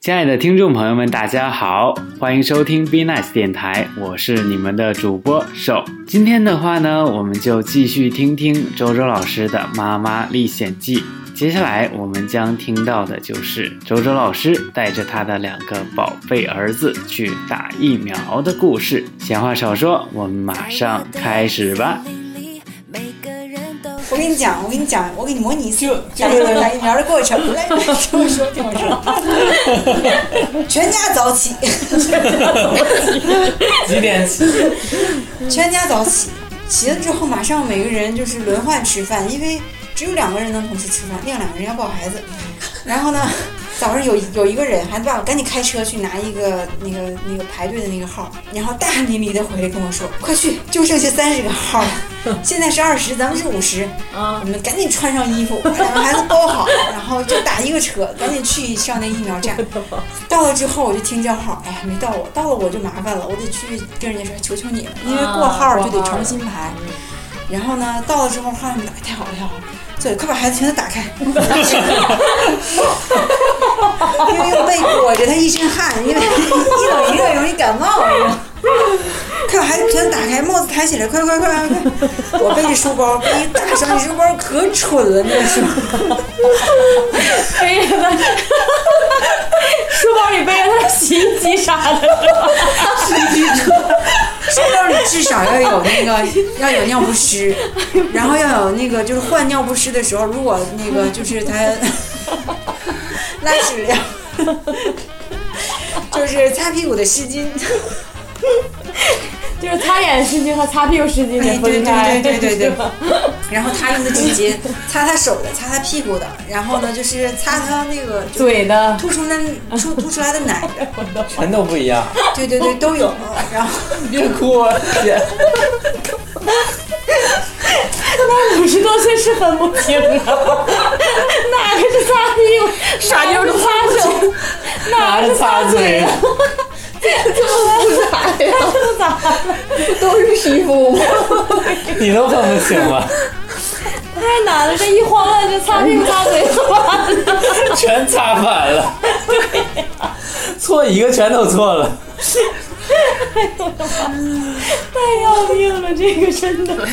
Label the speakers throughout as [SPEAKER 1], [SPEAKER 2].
[SPEAKER 1] 亲爱的听众朋友们，大家好，欢迎收听 Be Nice 电台，我是你们的主播瘦。今天的话呢，我们就继续听听周周老师的《妈妈历险记》。接下来我们将听到的就是周周老师带着他的两个宝贝儿子去打疫苗的故事。闲话少说，我们马上开始吧。
[SPEAKER 2] 我跟你讲，我跟你讲，我给你模拟一次打
[SPEAKER 3] 就
[SPEAKER 2] 疫苗打疫苗的过程。 来，听我说，听我说，全家早起，
[SPEAKER 3] 几点起？
[SPEAKER 2] 全家早起，起了之后马上每个人就是轮换吃饭，因为只有两个人能同时吃饭，另外两个人要抱孩子。然后呢，早上有有一个人，孩子爸爸赶紧开车去拿一个那个那个排队的那个号，然后大汗淋漓的回来跟我说：“快去，就剩下三十个号了，现在是二十，咱们是五十，你们赶紧穿上衣服，把两个孩子包好，然后就打一个车，赶紧去上那疫苗站。”到了之后我就听叫号，哎呀没到我，到了我就麻烦了，我得去跟人家说求求你了，因为啊过号嗯就得重新排。然后呢，到了之后号你打开，太好了太好了，对，快把孩子全都打开，因为又被裹着他一身汗，因为一冷一热容易感冒，你知道吗快把孩子全都打开，帽子抬起来，快快快快快！我背着书包，背一大箱子书包可蠢了，那个时候。
[SPEAKER 4] 背着他，书包里背着他的洗衣机啥的，
[SPEAKER 2] 书包里至少要有那个要有尿不湿，然后要有那个就是换尿不湿的时候，如果那个就是他 拉屎了，就是擦屁股的湿巾，
[SPEAKER 4] 就是擦眼湿巾和擦屁股湿巾得分
[SPEAKER 2] 哎
[SPEAKER 4] 开。
[SPEAKER 2] 对对对对对对
[SPEAKER 4] 是吧
[SPEAKER 2] 然后他用的纸巾擦他手的，擦他屁股的，然后呢就是擦他那个就
[SPEAKER 4] 嘴的，
[SPEAKER 2] 吐出那出吐出来的奶的，
[SPEAKER 3] 全都不一样。
[SPEAKER 2] 对对对都有，然后。
[SPEAKER 3] 别哭啊，姐。
[SPEAKER 4] 五十多岁是分不清的，哪个是擦屁股，
[SPEAKER 3] 傻妞
[SPEAKER 4] 哪
[SPEAKER 3] 儿
[SPEAKER 4] 个
[SPEAKER 3] 都
[SPEAKER 4] 是擦手，哪个是擦嘴啊？
[SPEAKER 5] 都是皮肤，
[SPEAKER 3] 你都分不清 了，
[SPEAKER 4] 太难了，这一慌乱就擦屁股擦嘴怎么办呢？
[SPEAKER 3] 全擦反了。错一个全都错了。
[SPEAKER 4] 太要命了，这个真的。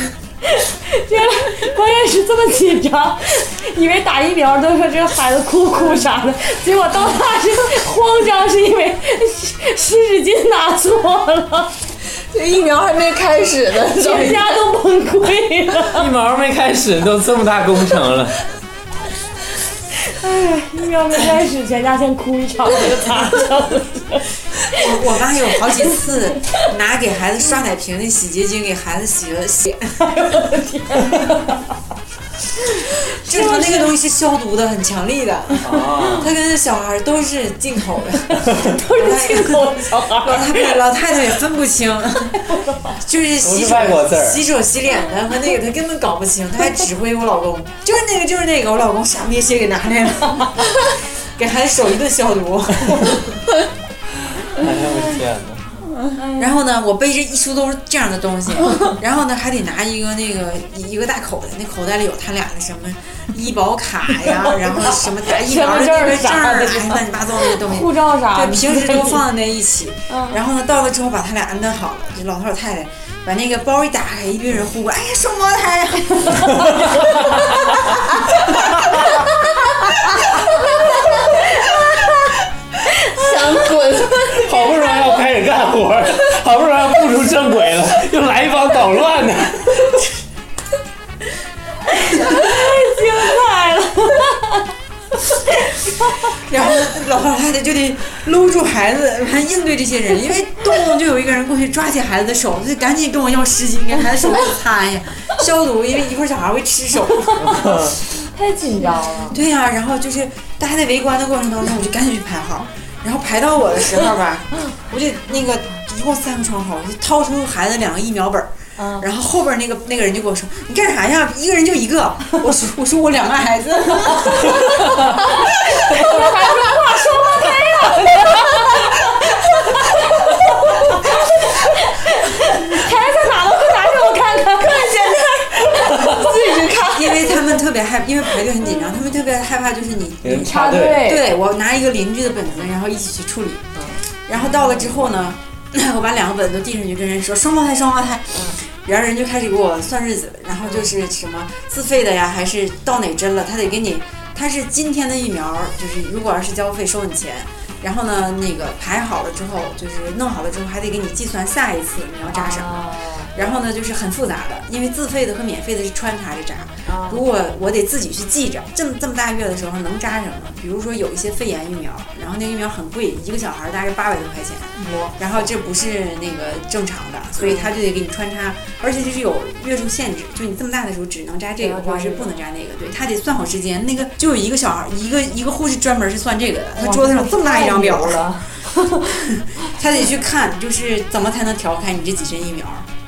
[SPEAKER 4] 这关键是这么紧张，以为打疫苗都说这个孩子哭哭啥的，结果到那是慌张，是因为湿湿纸巾拿错了，
[SPEAKER 5] 这疫苗还没开始呢，
[SPEAKER 4] 全家都崩溃了。
[SPEAKER 3] 一毛没开始都这么大工程了，
[SPEAKER 4] 疫苗没开始，全家先哭一场，我就擦上了。
[SPEAKER 2] 我我妈有好几次拿给孩子刷奶瓶的洗洁精给孩子洗了血。正常那个东西是消毒的，很强力的。他跟小孩都是进口的，
[SPEAKER 4] 都是进口小
[SPEAKER 2] 老
[SPEAKER 4] 孩，
[SPEAKER 2] 太太 老太太也分不清， 就是洗
[SPEAKER 3] 不是
[SPEAKER 2] 手
[SPEAKER 3] 外国字儿
[SPEAKER 2] 洗手洗脸的和那个，他根本搞不清。他还指挥我老公，就是那个就是那个，我老公傻憋气给拿来了， 给孩子手一顿消 毒。
[SPEAKER 3] 哎呀我天哪！
[SPEAKER 2] 然后呢，我背着一书都是这样的东西，然后呢还得拿一个那个一个大口袋，那口袋里有他俩的什么医保卡呀，然后什么打疫苗的那个证儿啊，哎乱七八糟那些东西。
[SPEAKER 4] 护照啥
[SPEAKER 2] 对，
[SPEAKER 6] 啊
[SPEAKER 4] 的，
[SPEAKER 2] 平时都放在那一起。
[SPEAKER 4] 嗯
[SPEAKER 2] 然后呢，到了之后把他俩安顿好了，这老头老太太把那个包一打开，一堆人呼过，哎呀，双胞胎呀！
[SPEAKER 5] 想滚，
[SPEAKER 3] 好不容易要开始干活了，好不容易要步入正轨了，又来一帮捣乱的。
[SPEAKER 4] 精彩了。
[SPEAKER 2] 然后老头老太太就得搂住孩子，还应对这些人，因为动不动就有一个人过去抓起孩子的手，就赶紧跟我要湿巾，给孩子手擦哎呀，消毒，因为一会儿小孩会吃手。
[SPEAKER 4] 太紧张了，
[SPEAKER 2] 对呀、然后就是大家在围观的过程当中，我就赶紧去排号，然后排到我的时候吧，我就那个一共三个窗口，我就掏出孩子两个疫苗本儿。
[SPEAKER 4] 嗯
[SPEAKER 2] 然后后边那个那个人就跟我说：“你干啥呀？一个人就一个。”我说：“我说我两个孩子。”
[SPEAKER 4] 还说话说不开了。孩子哪能不拿给我看看？看
[SPEAKER 2] 因为他们特别害，因为排队很紧张，他们特别害怕，就是你
[SPEAKER 3] 人
[SPEAKER 2] 你
[SPEAKER 4] 插
[SPEAKER 3] 队
[SPEAKER 4] 队，
[SPEAKER 2] 对我拿一个邻居的本子，然后一起去处理。然后到了之后呢， 我把两个本子都递上去，跟人说双胞胎，双胞胎。然后人就开始给我算日子，然后就是什么自费的呀，还是到哪针了，他得给你，他是今天的疫苗，就是如果要是交费收你钱。然后呢，那个排好了之后，就是弄好了之后，还得给你计算下一次你要扎什么。然后呢，就是很复杂的，因为自费的和免费的是穿插着扎。
[SPEAKER 4] 啊
[SPEAKER 2] 如果我得自己去记着，这么这么大月的时候能扎什么？比如说有一些肺炎疫苗，然后那个疫苗很贵，一个小孩大概八百多块钱，然后这不是那个正常的，所以他就得给你穿插，而且就是有月数限制，就你这么大的时候只能扎这个，
[SPEAKER 4] 不
[SPEAKER 2] 或
[SPEAKER 4] 能扎
[SPEAKER 2] 者
[SPEAKER 4] 这
[SPEAKER 2] 是
[SPEAKER 4] 个
[SPEAKER 2] 不能扎那个，对他得算好时间。那个就有一个小孩，一个一个护士专门是算这个的，他桌子上这么大一张表
[SPEAKER 4] 太牛，了，
[SPEAKER 2] 他得去看，就是怎么才能调开你这几针疫苗。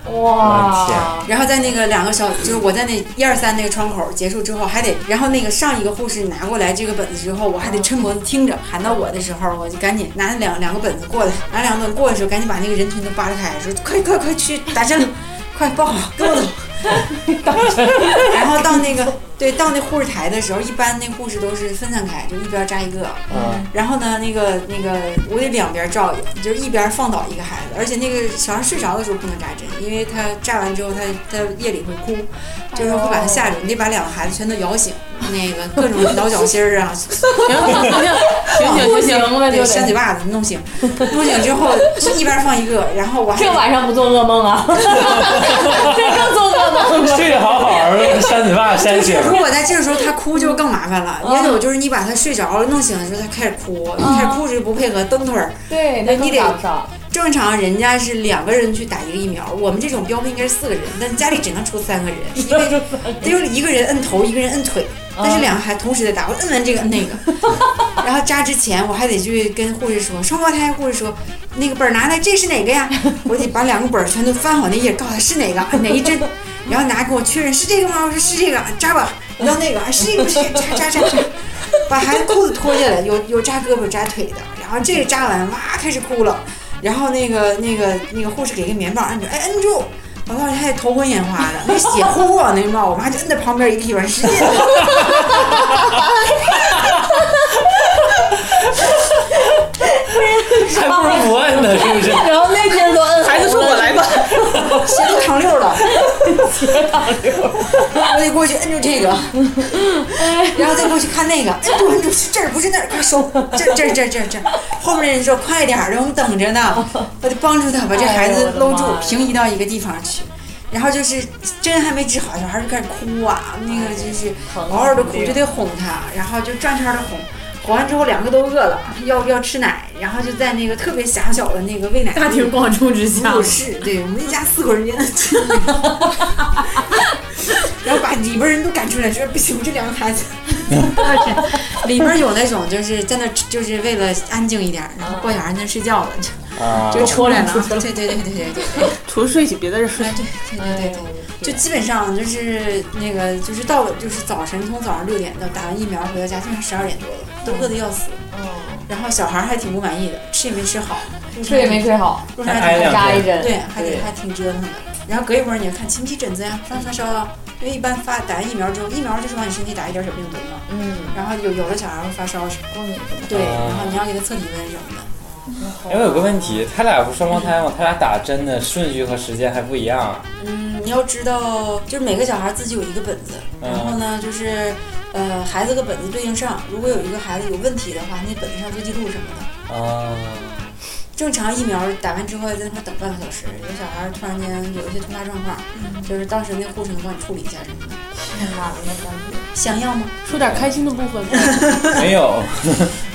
[SPEAKER 3] 我的
[SPEAKER 4] 哇！
[SPEAKER 2] 然后在那个两个小，就是我在那一二三那个窗口结束之后，还得，然后那个上一个护士拿过来这个本子之后，我还得抻脖子听着，喊到我的时候，我就赶紧拿两两个本子过来，拿两个本子过来的时候，赶紧把那个人群都扒拉开，说快快快去打针，快抱好，跟我走。然后到那个对到那护士台的时候，一般那护士都是分散开，就一边扎一个，
[SPEAKER 3] 嗯，
[SPEAKER 2] 然后呢，那个那个，我得两边照应，就是一边放倒一个孩子，而且那个小孩睡着的时候不能扎针，因为他扎完之后，他他夜里会哭，
[SPEAKER 4] 哦
[SPEAKER 2] 就是会把他吓着，你得把两个孩子全都摇醒，那个各种挠脚心儿啊，
[SPEAKER 7] 行
[SPEAKER 4] 不
[SPEAKER 7] 行
[SPEAKER 4] 行
[SPEAKER 7] 行行，
[SPEAKER 4] 了
[SPEAKER 2] 那
[SPEAKER 4] 就
[SPEAKER 2] 个扇嘴
[SPEAKER 4] 得，
[SPEAKER 2] 巴子 弄醒，弄醒之后是一边放一个，然后我还
[SPEAKER 4] 这晚上不做噩梦啊，这更做噩梦了。
[SPEAKER 3] 睡得好好的，扇嘴巴扇醒，
[SPEAKER 2] 如果在这个时候他哭就更麻烦了，也
[SPEAKER 4] 嗯
[SPEAKER 2] 有就是你把他睡着了弄醒的时候他开始哭，一开始哭时不配合蹬腿儿，
[SPEAKER 4] 对，
[SPEAKER 2] 那
[SPEAKER 4] 那更
[SPEAKER 2] 你得
[SPEAKER 4] 打不 上。
[SPEAKER 2] 正常人家是两个人去打一个疫苗，我们这种标配应该是四个人，但家里只能出三个人，因为得有一个人摁头，一个人摁腿，但是两个还同时在打，我摁完这个摁那个，然后扎之前我还得去跟护士说，双胞胎护士说，那个本儿拿来，这是哪个呀？我得把两个本儿全都翻好那页，告诉他是哪个哪一针，然后拿给我确认是这个吗？我说是这个，扎吧，你要那个啊是这个不是这个扎扎扎扎。把孩子裤子脱下来，有有扎胳膊扎腿的，然后这个扎完哇开始哭了，然后那个那个那个护士给个棉棒摁住，哎摁住，我当时还头昏眼花的，那血呼往那冒，我妈就摁在旁边一个地方使劲地摁，
[SPEAKER 3] 还不如不摁呢，是不是？
[SPEAKER 5] 然后那边都摁
[SPEAKER 7] 孩子说我来吧，
[SPEAKER 2] 血都淌溜了，血淌溜，我得过去摁住这个，
[SPEAKER 4] 哎
[SPEAKER 2] 然后再过去看那个，摁住摁住是这儿不是那儿，快收，这儿这儿这儿这儿这儿，后面的人说快点儿的，我们等着呢，我得帮助他把这孩子搂
[SPEAKER 4] 哎呦我
[SPEAKER 2] 住
[SPEAKER 4] 的妈呀，
[SPEAKER 2] 平移到一个地方去。然后就是针还没治好，小孩就开始哭啊，那个就是
[SPEAKER 4] 哎疼啊
[SPEAKER 2] 嗷嗷的哭，就得哄他，然后就转圈的哄。哄完之后，两个都饿了，要要吃奶，然后就在那个特别狭小的那个喂奶
[SPEAKER 7] 大庭广众之下
[SPEAKER 2] 入，室，对我们一家四口人间的亲密，然后把里边人都赶出来，说不行，这两个孩子。里边有那种就是在那，就是为了安静一点，然后抱小孩在那睡觉的，
[SPEAKER 3] 啊，
[SPEAKER 2] 就出来了。对对对对对对
[SPEAKER 7] 除了睡起别的事睡。
[SPEAKER 2] 对
[SPEAKER 6] 嗯
[SPEAKER 2] 对对。就基本上就是那个，就是到了就是早晨，从早上六点到打完疫苗回到家，基本上十二点多了，都饿得要死。然后小孩还挺不满意的，吃也没吃好，
[SPEAKER 4] 睡也没睡
[SPEAKER 7] 嗯
[SPEAKER 4] 好，
[SPEAKER 2] 路
[SPEAKER 3] 还
[SPEAKER 2] 上
[SPEAKER 3] 挨
[SPEAKER 2] 还
[SPEAKER 7] 啊
[SPEAKER 3] 两
[SPEAKER 4] 扎
[SPEAKER 3] 针
[SPEAKER 4] 一针。
[SPEAKER 2] 对，还得还挺折腾的。然后隔一会儿你就看勤洗疹子呀，发发烧啊，因为一般发打完疫苗之后，疫苗就是往你身体打一点小病毒嘛。
[SPEAKER 4] 嗯，
[SPEAKER 2] 然后有有的小孩会发烧什么，
[SPEAKER 4] 过敏什么
[SPEAKER 2] 对，
[SPEAKER 3] 啊
[SPEAKER 2] 然后你要给他测体温什么的。
[SPEAKER 3] 哎，我有个问题，他俩不是双胞胎吗？他俩打针的顺序和时间还不一样啊。
[SPEAKER 2] 嗯，你要知道，就是每个小孩自己有一个本子，然后呢就是。呃，孩子和本子对应上，如果有一个孩子有问题的话，那本子上做记录什么的。
[SPEAKER 3] 啊，
[SPEAKER 2] 正常疫苗打完之后要在那块等半个小时，有小孩突然间有一些突发状况，就是当时那护士能帮你处理一下什么嗯 的。
[SPEAKER 4] 挺难的感觉。
[SPEAKER 2] 想要吗？
[SPEAKER 7] 说点开心的部分吧，
[SPEAKER 6] 嗯
[SPEAKER 3] 没有，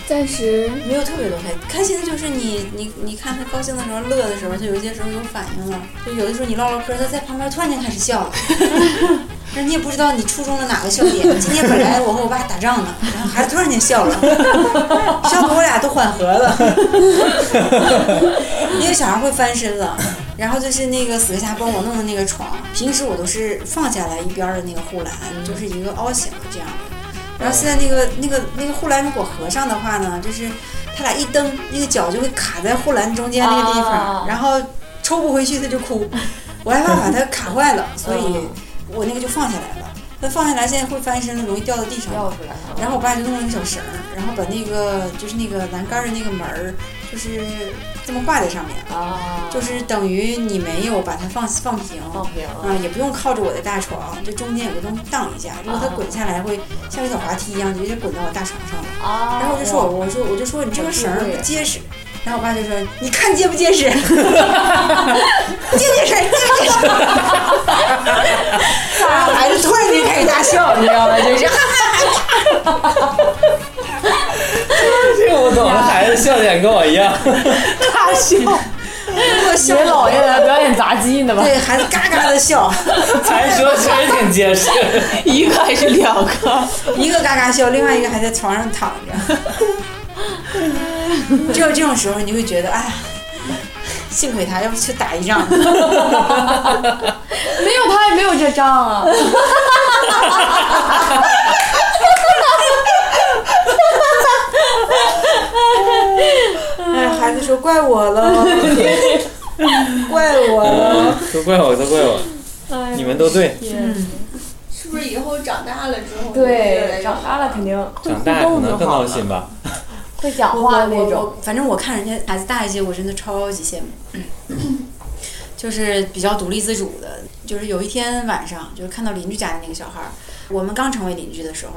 [SPEAKER 5] 暂时
[SPEAKER 2] 没有特别多开心，开心的就是你你你看他高兴的时候、乐的时候，就有一些时候有反应了，就有的时候你唠唠嗑，他在旁边突然间开始笑了，但是你也不知道你触中了哪个笑点。今天本来我和我爸打仗呢，然后孩子突然间笑了，笑得我俩都缓和了，因为小孩会翻身了。然后就是那个死磕侠帮我弄的那个床，平时我都是放下来一边儿的那个护栏，就是一个凹形这样的。然后现在那个那个那个护栏如果合上的话呢，就是他俩一蹬，那个脚就会卡在护栏中间那个地方，
[SPEAKER 4] 啊
[SPEAKER 2] 然后抽不回去他就哭，我害怕把它卡坏了，所以
[SPEAKER 4] 嗯
[SPEAKER 2] 我那个就放下来了。它放下来现在会翻身了，容易掉到地上。
[SPEAKER 6] 要不然
[SPEAKER 2] 然后我爸就弄了个小绳儿，然后把那个就是那个栏杆儿的那个门儿，就是这么挂在上面，
[SPEAKER 6] 啊，
[SPEAKER 2] 就是等于你没有把它放放平。
[SPEAKER 6] 放平了。
[SPEAKER 2] 啊，也不用靠着我的大床，就中间有个东西荡一下，如果它滚下来会像一个小滑梯一样，直接滚到我大床上了。
[SPEAKER 6] 啊，
[SPEAKER 2] 然后我就说，我说我就说你这个绳儿
[SPEAKER 6] 对
[SPEAKER 2] 不结实。然后我爸就说：“你看结不结实，结 不结实，结不结实。”然后孩子突然间开始大笑，你知道吗？就是
[SPEAKER 3] 这个我懂了，孩子笑点跟我一 样。
[SPEAKER 2] 如果笑
[SPEAKER 6] 给老爷来表演杂技呢吧？
[SPEAKER 2] 对孩子嘎嘎的笑，
[SPEAKER 3] 才说确实挺结实，
[SPEAKER 7] 一个还是两个？
[SPEAKER 2] 一个嘎嘎笑，另外一个还在床上躺着。 只有这种时候，你会觉得，哎呀，幸亏他，要不去打一仗。
[SPEAKER 4] 没有他也没有这张啊。
[SPEAKER 2] 哎，孩子说怪我了，怪我了。
[SPEAKER 3] 都怪我，都怪我，
[SPEAKER 6] 嗯
[SPEAKER 4] 哎
[SPEAKER 3] 你们都对。
[SPEAKER 5] 是不是以后长大了之后
[SPEAKER 4] 对，长大了肯定会
[SPEAKER 3] 长
[SPEAKER 4] 互
[SPEAKER 3] 大可
[SPEAKER 4] 动
[SPEAKER 3] 能
[SPEAKER 4] 就
[SPEAKER 3] 更
[SPEAKER 4] 好
[SPEAKER 3] 闹
[SPEAKER 4] 了，
[SPEAKER 3] 心吧。
[SPEAKER 4] 会讲
[SPEAKER 2] 我
[SPEAKER 4] 话
[SPEAKER 2] 我
[SPEAKER 4] 那种。
[SPEAKER 2] 我反正我看人家孩子大一些，我真的超级羡慕， 就是比较独立自主的。就是有一天晚上，就是看到邻居家的那个小孩儿，我们刚成为邻居的时候，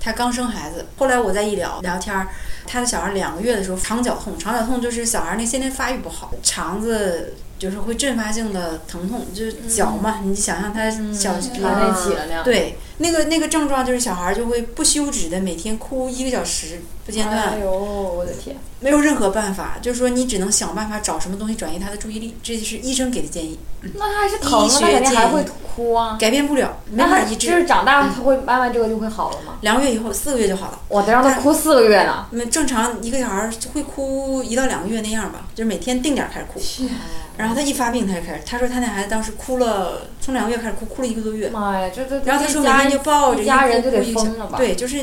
[SPEAKER 2] 他刚生孩子。后来我在一聊聊天儿，他的小孩两个月的时候肠绞痛，肠绞痛就是小孩那先天发育不好，肠子。就是会阵发性的疼痛，就是绞嘛，你想象他小
[SPEAKER 6] 拉在一起了呢。
[SPEAKER 2] 对，那个那个症状就是小孩儿就会不休止的每天哭一个小时不间断
[SPEAKER 4] 哎，呦，我的天！
[SPEAKER 2] 没有任何办法，就是说你只能想办法找什么东西转移他的注意力，这就是医生给的建议，
[SPEAKER 4] 那他还是疼
[SPEAKER 2] 医
[SPEAKER 4] 了，
[SPEAKER 2] 学
[SPEAKER 4] 他肯定还
[SPEAKER 2] 建议
[SPEAKER 4] 会哭啊。
[SPEAKER 2] 改变不了，没
[SPEAKER 4] 那
[SPEAKER 2] 法
[SPEAKER 4] 他
[SPEAKER 2] 医
[SPEAKER 4] 就是
[SPEAKER 2] 治。
[SPEAKER 4] 长大，他会慢慢这个就会好了吗？
[SPEAKER 2] 两个月以后，四个月就好了。
[SPEAKER 4] 我得让他哭四个月呢。
[SPEAKER 2] 那正常一个小孩儿会哭一到两个月那样吧，就是每天定点儿开始哭。然后他一发病，他就开始，他说他那孩子当时哭了，从两个月开始哭，哭了一个多月。
[SPEAKER 4] 妈呀，这这
[SPEAKER 2] 然后他说
[SPEAKER 4] 一
[SPEAKER 2] 每
[SPEAKER 4] 家
[SPEAKER 2] 天就抱着，
[SPEAKER 4] 一家
[SPEAKER 2] 哭
[SPEAKER 4] 人就
[SPEAKER 2] 哭
[SPEAKER 4] 得
[SPEAKER 2] 一
[SPEAKER 4] 疯
[SPEAKER 2] 宿
[SPEAKER 4] 了吧？
[SPEAKER 2] 对，就是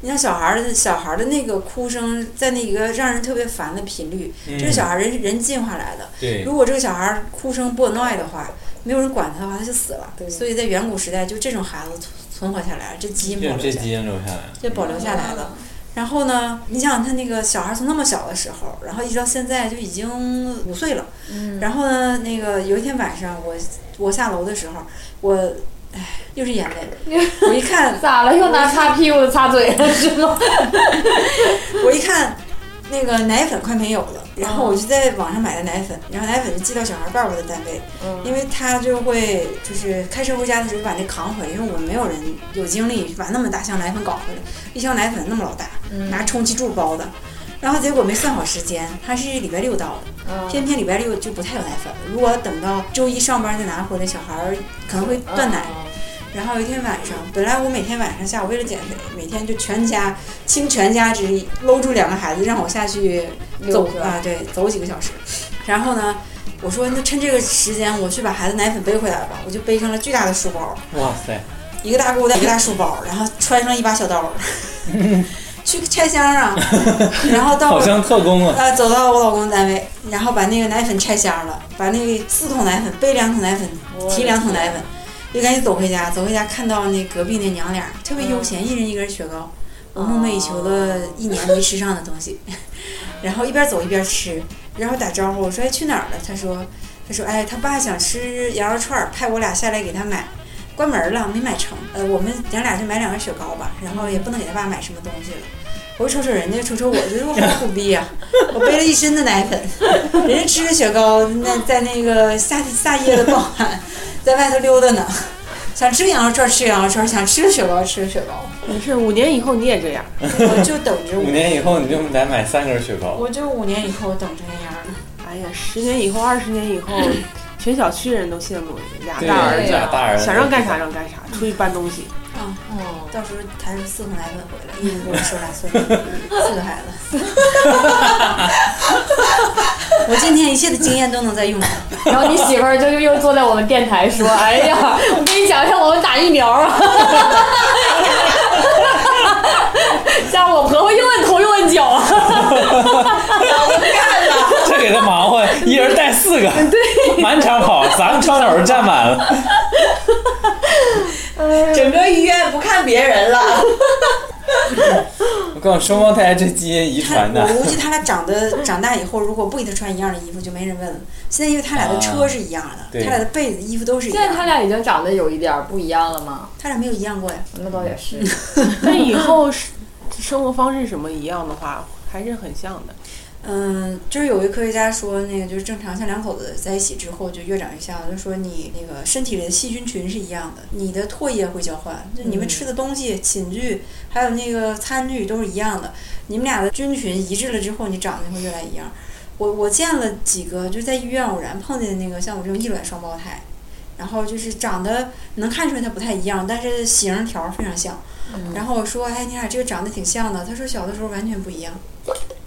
[SPEAKER 2] 你像小孩儿的小孩儿的那个哭声，在那个让人特别烦的频率，这是小孩儿人人进化来的。
[SPEAKER 3] 嗯对，
[SPEAKER 2] 嗯如果这个小孩儿哭声不耐的话，没有人管他的话，他就死了。所以在远古时代，就这种孩子存存活下来了，这基因保
[SPEAKER 3] 用
[SPEAKER 2] 留
[SPEAKER 3] 这
[SPEAKER 2] 下来，
[SPEAKER 3] 基因留下来。
[SPEAKER 2] 这保留下来了。然后呢，你想他那个小孩儿从那么小的时候，然后一直到现在就已经五岁了。然后呢，那个有一天晚上，我我下楼的时候，我哎又是眼泪，我一看
[SPEAKER 4] 咋了？又拿擦屁股擦嘴了是吗？
[SPEAKER 2] 我一看，那个奶粉快没有了，然后我就在网上买的奶粉，然后奶粉就寄到小孩爸爸的单位，
[SPEAKER 4] 嗯
[SPEAKER 2] 因为他就会就是开车回家的时候把那扛回，因为我们没有人有精力把那么大箱奶粉搞回来，一箱奶粉那么老大，
[SPEAKER 6] 嗯
[SPEAKER 4] 嗯
[SPEAKER 2] 拿充气柱包的。然后结果没算好时间，他是礼拜六到
[SPEAKER 4] 嗯
[SPEAKER 2] 的，偏偏礼拜六就不太有奶粉。如果等到周一上班再拿回来，小孩儿可能
[SPEAKER 6] 嗯
[SPEAKER 2] 会断奶。然后有一天晚上，本来我每天晚上下午为了减肥，每天就全家倾全家之力搂住两个孩子，让我下去
[SPEAKER 4] 嗯
[SPEAKER 2] 走啊，对，走几个小时。然后呢，我说那趁这个时间，我去把孩子奶粉背回来吧，我就背上了巨大的书包，
[SPEAKER 3] 哇塞，
[SPEAKER 2] 一个大购物袋，一个大书包，然后穿上一把小刀， 去拆箱 啊，然后到
[SPEAKER 3] 好像特工啊！
[SPEAKER 2] 呃，走到我老公单位，然后把那个奶粉拆箱了，把那个四桶奶粉背两桶奶粉，提两桶奶粉，就赶紧走回家。走回家看到那隔壁那娘俩儿特别悠闲，一人一根雪糕，我梦寐以求了一年没吃上的东西，然后一边走一边吃，然后打招呼我说哎去哪儿了？他说他说哎他爸想吃羊肉串儿，派我俩下来给他买。关门了，没买成。呃，我们娘俩就买两根雪糕吧，然后也不能给他爸买什么东西了。我就瞅瞅人家，瞅瞅我，觉得我好苦逼呀、啊我背了一身的奶粉，人家吃着雪糕，那在那个下下夜的傍晚，在外头溜达呢。想吃羊肉串吃羊肉串，想吃雪糕吃雪糕，
[SPEAKER 7] 没事，五年以后你也这样。
[SPEAKER 2] 我就等着
[SPEAKER 3] 五
[SPEAKER 2] 我，
[SPEAKER 3] 年以后你就得买三根雪糕。
[SPEAKER 2] 我就五年以后等着那样儿。
[SPEAKER 7] 哎呀，十年以后、二十年以后，全小区人都羡慕你，俩
[SPEAKER 3] 对
[SPEAKER 7] 大儿
[SPEAKER 3] 俩
[SPEAKER 7] 子，
[SPEAKER 3] 大儿子
[SPEAKER 7] 想让干啥让干啥，出去搬东西。
[SPEAKER 4] 嗯
[SPEAKER 6] 哦，
[SPEAKER 2] 到时候抬着四桶奶粉回来，
[SPEAKER 3] 嗯
[SPEAKER 2] 一人给我收俩 孙子，四个孩子。我今天一切的经验都能在用上。
[SPEAKER 4] 然后你媳妇儿就又又坐在我们电台 说：“哎呀，我跟你讲一下，我们打疫苗啊。”像我婆婆又摁头又摁脚啊，
[SPEAKER 3] 这给他忙活，一人带四个，对，满场跑，咱们窗口站满了。
[SPEAKER 5] 整个医院不看别人了。
[SPEAKER 3] 我告诉你，双胞胎这基因遗
[SPEAKER 2] 他
[SPEAKER 3] 传的
[SPEAKER 2] 我，估计他俩长得长大以后，如果不给他穿一样的衣服，就没人问了。现在因为他俩的车是一样的，
[SPEAKER 3] 对
[SPEAKER 2] 他俩的被子、衣服都是一
[SPEAKER 6] 现在
[SPEAKER 2] 样
[SPEAKER 6] 他
[SPEAKER 2] 的，
[SPEAKER 6] 俩已经长得有一点儿不一样了吗？
[SPEAKER 2] 他俩没有一样过呀。
[SPEAKER 6] 那倒也是，
[SPEAKER 4] 嗯
[SPEAKER 7] 那以后是生活方式什么一样的话，还是很像的。
[SPEAKER 2] 嗯，就是有一科学家说，那个就是正常像两口子在一起之后就越长越像，就说你那个身体里的细菌群是一样的，你的唾液会交换，就你们吃的东西、寝具还有那个餐具都是一样的，你们俩的菌群一致了之后，你长得就会越来越一样。我我见了几个，就是在医院偶然碰见那个像我这种异卵双胞胎，然后就是长得能看出来他不太一样，但是形儿条儿非常像。然后我说，哎，你俩这个长得挺像的。他说小的时候完全不一样。